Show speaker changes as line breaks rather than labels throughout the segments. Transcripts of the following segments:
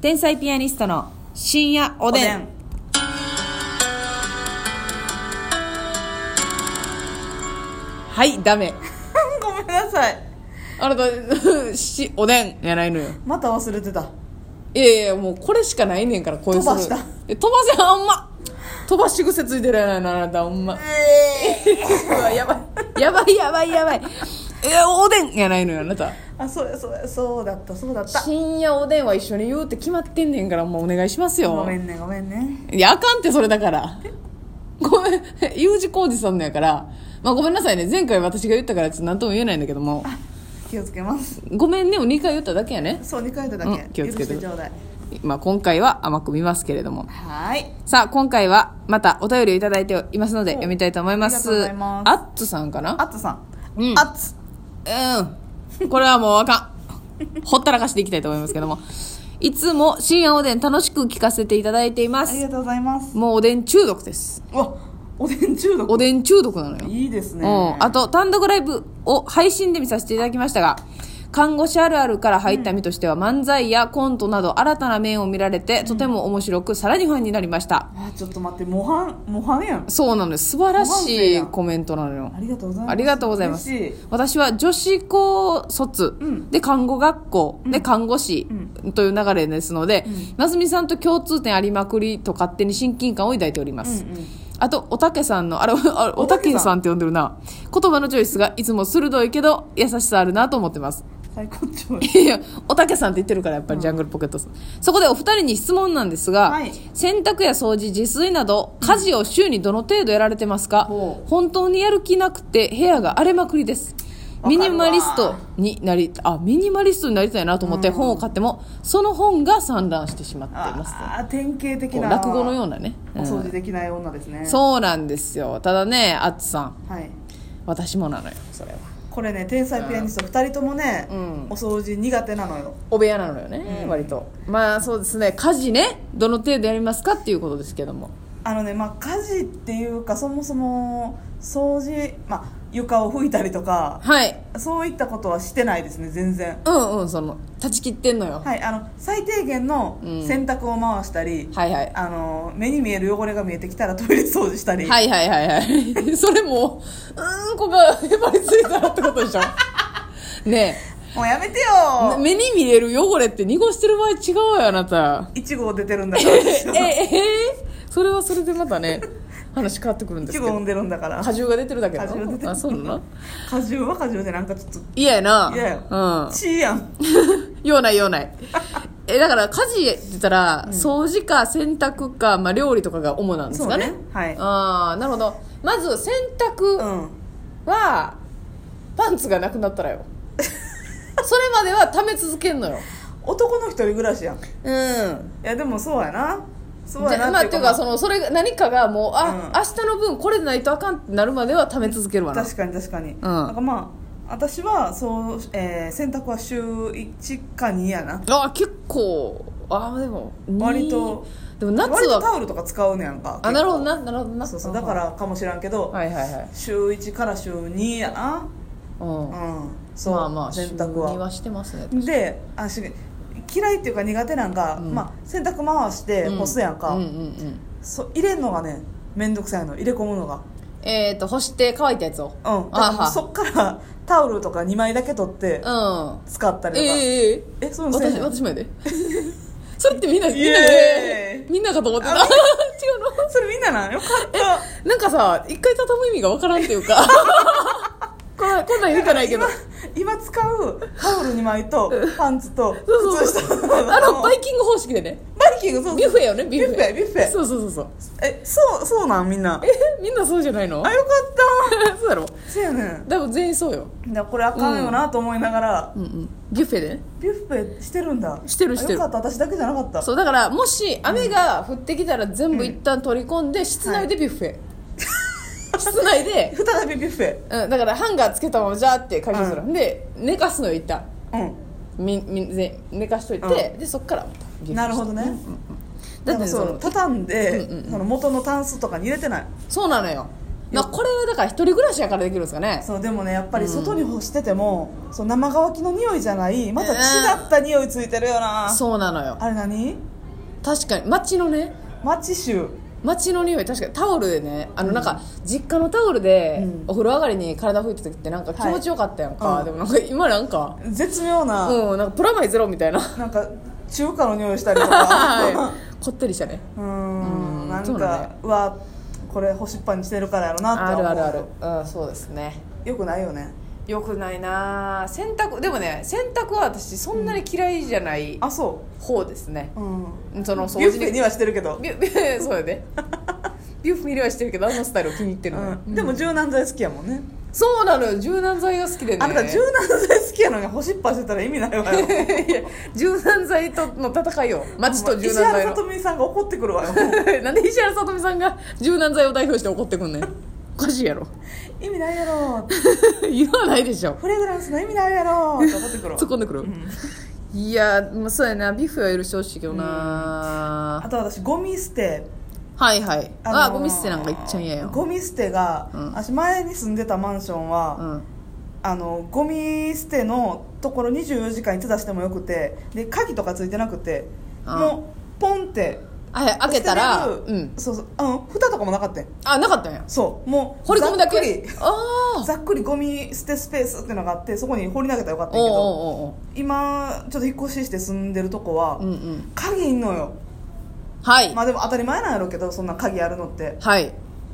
天才ピアニストの深夜おでんはいダメ
ごめんなさい
あなたしおでんやないのよ
また忘れてた
いやいやもうこれしかないねんからこういう
飛ばした
え飛ばせあんま飛ばし癖ついてるやないのあなたほんまうわ やばいやばいやばいやばいえおでんやないのよあなた
あそうやそうやそうだったそうだった
深夜おでんは一緒に言うって決まってんねんからもうお願いしますよ
ごめんねごめんね
いやあかんってそれだからごめん U 字工事さんのやからまあごめんなさいね前回私が言ったからちょっと何とも言えないんだけども
気をつけます
ごめんねを2回言っただけやね
そう2回だけ、
うん気をつけて
許してちょうだい
まあ今回は甘く見ますけれども
はーい
さあ今回はまたお便りをいただいていますので読みたいと思いま
あり
す
がとうございます
アッツさんかな
あつさん、
うん
あつ
うんこれはもうあかんほったらかしていきたいと思いますけどもいつも深夜おでん楽しく聞かせていただいていま
あり
す
がとうございます
もうおでん中毒です
うわおでん中毒
おでん中毒なのよ
いいですね
うん、あと単独ライブを配信で見させていただきましたが看護師あるあるから入った身としては、漫才やコントなど新たな面を見られて、とても面白くさらにファンになりました
あちょっと待って模範模範やん
そうなのです素晴ら
ご飯制
しい
やん
コメントなのよ
ありがとうございます
ありがとうございます
嬉しい
私は女子高卒、
ん
で看護学校、で看護師、という流れですので、なずみさんと共通点ありまくりと勝手に親近感を抱いております、
うんうん
あとおたけさんのあれあれおたけさんって呼んでるな言葉のチョイスがいつも鋭いけど優しさあるなと思ってます
最高潮
いやおたけさんって言ってるからやっぱりジャングルポケットさん、そこでお二人に質問なんですが、
はい
洗濯や掃除自炊など家事を週にどの程度やられてますか、
ほう
本当にやる気なくて部屋が荒れまくりです
わか
ミ
るわ
ニマリストになりあミニマリストになりたいなと思って本を買っても、その本が散乱してしまっています
ああ典型的
こう
な
落語のようなね、
お
うん
掃除できない女ですね
そうなんですよただねあつさん
はい
私もなのよそれは
これね天才ピアニスト2人ともね、
うん
お掃除苦手なのよ
お部屋なのよね、割とまあそうですね家事ねどの程度やりますかっていうことですけども
あのねまあ家事っていうかそもそも掃除まあ床を拭いたりとか
はい
そういったことはしてないですね全然
うんうんその断ち切ってんのよ、
はいあの最低限の
うん
洗濯を回したり、
はい、はい
あの目に見える汚れが見えてきたらトイレ掃除したり、
はいはいはいはい それもうーんこがへばりついたらってことでしょ ね
もうやめて
えな
よ
目に見える汚れって濁してる場合違うよあなた
一号出てるんだから 私
え
は
えーそれはそれでまたね話変わってくるんです
一
け
号産
ど
んでるんだから
果汁が出てるだけだ
果汁出てる
あそうなの
果汁は果汁でなんかちょっと
嫌やな
嫌や
うん
血やん
ようないようない えだから家事って言ったら、掃除か洗濯か、まあ、料理とかが主なんですかね
そうねはい
ああなるほどまず洗
う
濯
ん
は、パンツがなくなったら よそれまでは溜め続けんのよ
男の一人暮らしやんい
うん
やでもそうやなそう
じ
や
ゃ
な
あまあっていうかそのそれが何かがもうあ、
うん
明日の分これでないとあかんってなるまでは溜め続けるわな
確かに確かに、なんかまあ私はそう、えー洗濯は週1か2やな
あ結構あーでもに
割と
でも夏
割と
は
タオルとか使うねやんか
あなるほどななるほどな
そうそうだからかもしらんけど、
はいはいはい
週1から週2やな
うん
うんそう、
まあまあ
洗
週
濯
に
は
はしてますね
であし嫌いっていうか苦手なんが、
うん
まあ、洗濯回して干すやんか、
うんうんうん
そう入れんのがね面倒くさいの入れ込むのが
えっ、と干して乾いたやつを
うんだ
あ
から
は
そっからタオルとか2枚だけ取って
うん
使ったりと
え
か、
ええ
えそう
え
いうのせえへ
私
ん
私もやで それってみんなみんな
エ
でみんなかと思ってた 違うの
それみんななんよかった
なんかさ一回畳む意味がわからんっていうか こんなこんなん言うてないけど
今使うタオル2枚とパンツと
そう
靴
そうそ
下
うあのバイキング方式でね
バイキングそうそう
ビュッフェよねビュッフェ
ビュッフェビュッフェ
そうそうそうそう
えそうそうなんみんな
えみんなそうじゃないの
あよか っ
そうだろ
たそうやねん
多分全員そうよ
だからこれあかんよなと思いながら、
うんうんビュッフェでね
ビュッフェしてるんだ
してるしてる
あよかった私だけじゃなかった
そうだからもし雨が降ってきたら全部一旦取り込んで室内でビュッフェ、室内で、
再びビュッフェ
うん、だからハンガーつけたままじゃーって解除する、
う
で寝かすのよ一旦
う
みみぜ寝かしといて、でそっからまたビュッフェ
んなるほどね、
だ
だ
っ
ってて
そ
そ
の
う畳んで、
うんうんうん
その元のタンスとかに入れてない
そうなのよまあ、これはだから一人暮らしやからできるんですかね
そうでもねやっぱり外に干してても、そう生乾きの匂いじゃないまた違った匂いついてるよな、
そうなのよ
あれ何
確かに街のね
マチ臭
街の匂い確かにタオルでねあのなんか実家のタオルで
うん
お風呂上がりに体拭いた時ってなんか気持ちよかったやんか、
はいうん
でもなんか今なんか
絶妙な、
うんなんかプラマイゼロみたいな
なんか中華の匂いしたりと か
はいこってりしたね
うーん
うん
なん
そう
か
だね
うわこれ干しっぱにしてるからやろなって
あ
思う
るあるあるうんそうですね
よくないよね
よくないなあ洗濯でもね洗濯は私そんなに嫌いじゃない
あそ
方ですね、
ううん
その
ビュ
掃
ッフ
除
ェにはしてるけど、
ビュッそうよね ビュッフェ入れはしてるけどあのスタイルを気に入ってるのよ、
うんでも柔軟剤好きやもんね
そうなのよ柔軟剤が好きでね
あなた柔軟剤好きやのに干しっぱしてたら意味ないわ よ
いや 柔軟剤との戦いよ町と柔
石
軟剤
原
の
さとみさんが怒ってくるわよ
なんで石原さとみさんが柔軟剤を代表して怒ってくんねんおかしいやろ
意味ないやろ
言わないでしょ
フレグランスの意味ない やろって怒ってくるわ
突っ込んでくる、いやまあそうやなビュッフェは許してほしいけどな、
あと私ゴミ捨て
はいはいあ、
のー
ゴミ捨てなんかいっちゃん嫌よ
ゴミ捨てが、
うん
私前に住んでたマンションは、
うん
あのゴミ捨てのところ24時間に手出してもよくてで鍵とかついてなくて
あ
もうポンって
あはい開けたら
捨て
う
れる
ん
そうそううん蓋とかもなかったん
あなかったんや
そうもう
掘り込むだ
ざっ
け
くり
ああ
ざっくりゴミ捨てスペースっていうのがあってそこに掘り投げたらよかったん
おう
やけ
お
ど
うおう
今ちょっと引っ越しして住んでるとこは、
おううんうん
鍵いんのよ
はい、
まあでも当たり前なんやろうけどそんな鍵あるのって
はい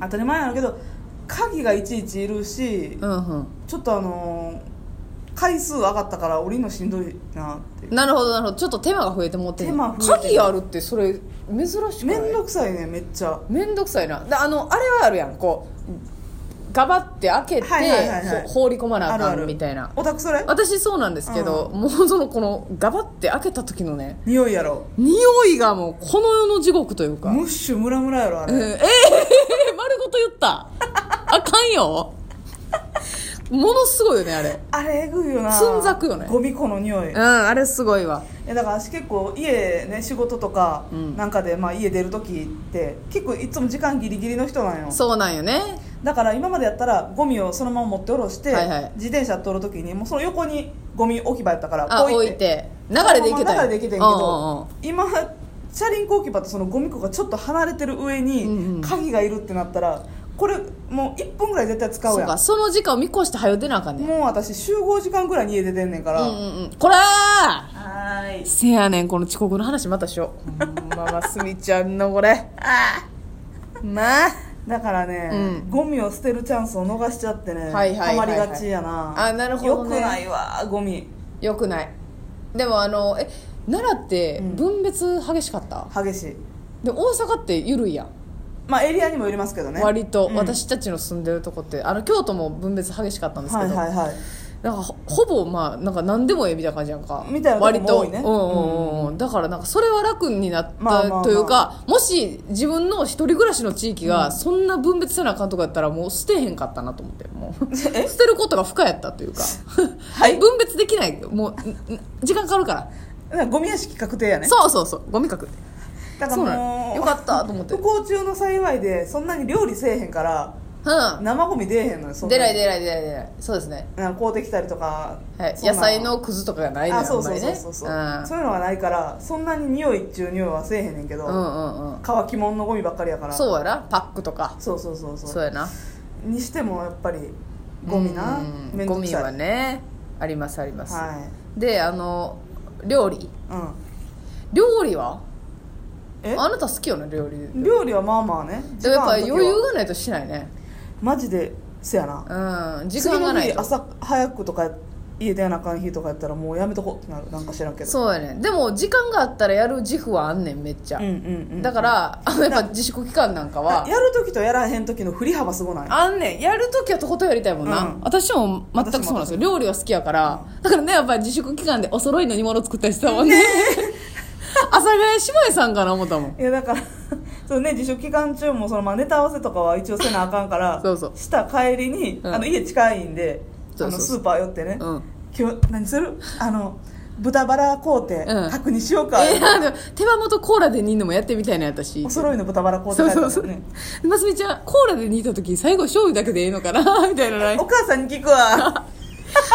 当たり前なんやろうけど鍵がいちいちいるし
うんうん
ちょっとあのー回数上がったから降りるのしんどいなっていう
なるほどなるほどちょっと手間が増えてもうてんねん
手間増えてる
鍵あるってそれ珍しくな
め
い
んどくさいねめっちゃ
めんどくさいなであのあれはあるやんこうガバって開けて、
はいはいはいはい
ほ放り込まなあ
ある
か
あ
ん
る
みたいな
オタクそれ
私そうなんですけど、もうそのこのガバって開けた時のね
匂いやろ
匂いがもうこの世の地獄というか、
ムッシュムラムラやろあ
うん
れ
ええ丸ごと言ったあかんよものすごいよねあれ
あれえぐいよな
つんざくよね
ゴミ庫の匂い
うんあれすごいわ
えだから私結構家ね仕事とか
うん
なんかで、まあ、家出る時って結構いつも時間ギリギリの人なんよ
そうなんよね
だから今までやったらゴミをそのまま持って下ろして、
はいはい
自転車通る時にもうその横にゴミ置き場やったから
あ置いて流れでいけた
そのまま流れでいけてんけ
う
ど、
んうんうん
今チャリンコ置き場とそのゴミ庫がちょっと離れてる上
うんうん
に鍵がいるってなったらこれもう1分ぐらい絶対使う
そ
や
うんかその時間を見越して早う出なあかんねん
もう私集合時間ぐらいに家出てんねんか
う
ら、
んうんうんこらー
はーい
せやねんこの遅刻の話またしようほんまはすみちゃんのこれまあ
だからね、
うん
ゴミを捨てるチャンスを逃しちゃってね、
はいはいはいはい
たまりがちやな
あなるほどね
よくないわゴミ
よくないでもあのえ奈良って
うん
分別激しかった、
激しい
で大阪って緩いやん、
まあエリアにもよりますけどね
割と、
うん
私たちの住んでるとこってあの京都も分別激しかったんですけ
はい
ど、
はいはい
なんかほほぼまあなんか何でもええみたいな感じやんか
みたいなとこも多いね
割とうんうんうん、うん、だからなんかそれは楽になっ
まあまあま
た
あ
というか、もし自分の一人暮らしの地域がそんな分別せなあかんとかやったらもう捨てへんかったなと思ってもう 捨
え
てることが不可やったというか、
はい
分別できないもうんん時間かかるから、
だからゴミ屋敷確定やね
そうそうそうゴミかく
だから
そうな
も
の
う
よかったと思って
不幸中の幸いでそんなに料理せえへんから
う
生ゴミ出えへんのよそ
ん
んな
出ない
に
出ない出ない出ないそうですね、
なんか買うてきたりとか、
はい、
そんな
野菜のくずとかがないのよ
あそうそ
あ
うん
ま
そ
り
う
ね
そうそう、
ん
そういうのがないからそんなに匂いっちゅう匂いはせえへんねんけど、
うんうんうん
乾き物のゴミばっかりやから
そうやなパックとか
そうそうそうそう
そうやな
にしてもやっぱりゴミな
うん
面
ゴ
倒く
ミ
さい
はねありますあります、
は
であの料理
い、うん、
料理は
え
あなた好きよね料理で
料理はまあまあね
もやっぱ
ある時
余
は
裕がないとしないね
マジでせやな
うん時
次
間が
の
な
日
いと
朝早くとか家出やなあかん日とかやったらもうやめとこうってなるなんか知らんけど
そうやねでも時間があったらやる自負はあんねんめっちゃ、
うんうんうん
だからあのやっぱ自粛期間なんかは
やる時とやらへん時の振り幅すごない
あんねんやるときはとことんやりたいもんな、
うん
私も全くそうなんですよ料理は好きやからだからねやっぱり自粛期間でお揃いの煮物作ったりしてたもんね阿佐ヶ谷姉妹さんかな思ったもん
いやだから そうね自粛期間中もそのまあネタ合わせとかは一応せなあかんから
そうそう
した帰りに、
うん
あの家近いんで
そうそう
あのスーパー寄ってね、
うん
今日何するあの豚バラ工程、
うん
卓にしようか、
えーあの手羽元コーラで煮んのもやってみたいな私
お揃いの豚バラ工程
そう
やった
そ
も
うんそう
ね
ますみちゃんコーラで煮た時最後醤油だけでええのか なみたいなライン
お母さんに聞くわ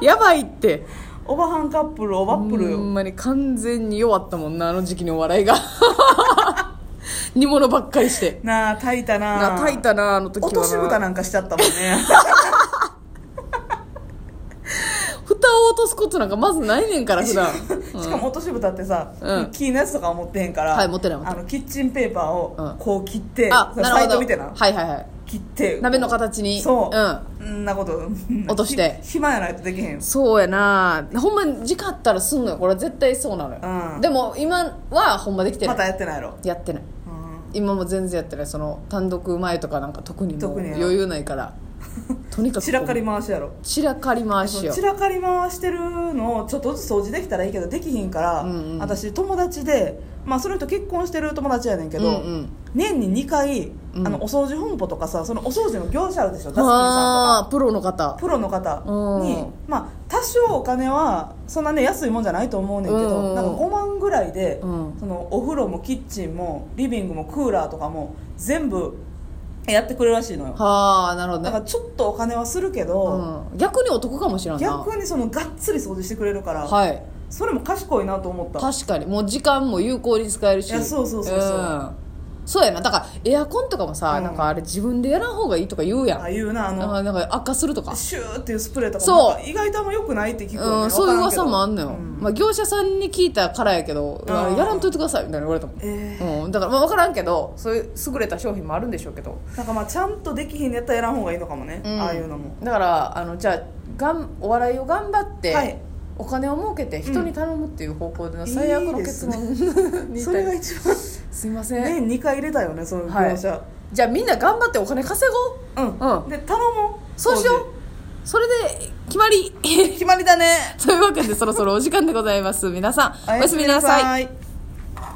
やばいって
おばはんカップルおばっぷる
ほん
よ
まに完全に弱ったもんなあの時期にお笑い が煮物ばっかりして
なあ炊いたな
な炊いたなあの時は
落とし蓋なんかしちゃったも んね
蓋を落とすことなんかまずないねんから 普段
しかも落とし蓋ってさ、
うん
木のやつとかは持ってへんから、
はい持ってない持って
あのキッチンペーパー
うん
をこう切って、
あ
その
なる
サ
ほ
イト
ど
見てな、
はいはいはい
切って
鍋の形に
そう、
ん
んなこと
落として
ひ暇やないとできへん
そうやなほんまに時間あったらすんのよこれは絶対そうなのよ、
うん
でも今はほんまできてな
ま
い、
たやってないやろ、
やってない
うん
今も全然やってないその単独前とかなんか特にもう
特にな
余裕ないから とにかく
散らかり回しやろ
散らかり回しよ
散らかり回してるのをちょっとずつ掃除できたらいいけどできひんから、
うんうん
私友達で、まあ、その人結婚してる友達やねんけど、
うんうん
年に2回、
うん
あのお掃除本舗とかさそのお掃除の業者あるでしょダスキンさんとか
ああプロの方
プロの方
う
に
ん、
まあ、多少お金はそんなね安いもんじゃないと思うねんけど、
うん
なんか5万ぐらいで、
うん
そのお風呂もキッチンもリビングもクーラーとかも全部やってくれるらしいのよ
はあなるほど
だか
ね
らちょっとお金はするけど、
うん、逆にお得かもしれんない
逆にそのがっつり掃除してくれるから、
はい
それも賢いなと思った
確かにもう時間も有効に使えるし
いやそうそうそうそうん
そうやなだからエアコンとかもさ、
うん
なんかあれ自分でやらん方がいいとか言うやん
ああいうなあ
なん
の
かなんか悪化するとか
シューっていうスプレーとか
そう
もなんか意外とあんまよくないって聞くよね
うん、
わ
そういう
からけど
噂もあんのよ、
うん
まあ、業者さんに聞いたからやけど「
あ
あ
ー
やらんといてください」みたいな言われたもん、
え
うん、だから、まあ、分からんけどそういう優れた商品もあるんでしょうけど、
ーなんかまあちゃんとできひんのやったらやらん方がいいのかもね、
うん
ああいうのも
だからあのじゃあがんお笑いを頑張って、
はい
お金を儲けて人に頼むっていう方向での最悪の結論
い
に至り
それが一番
すいません、
年2回入れたよねその業者、
じゃあみんな頑張ってお金稼ごう
うん、
うん
で頼もう
そうしようそれで決まり
う決まりだね
というわけでそろそろお時間でございます皆さんおやすみなさい
い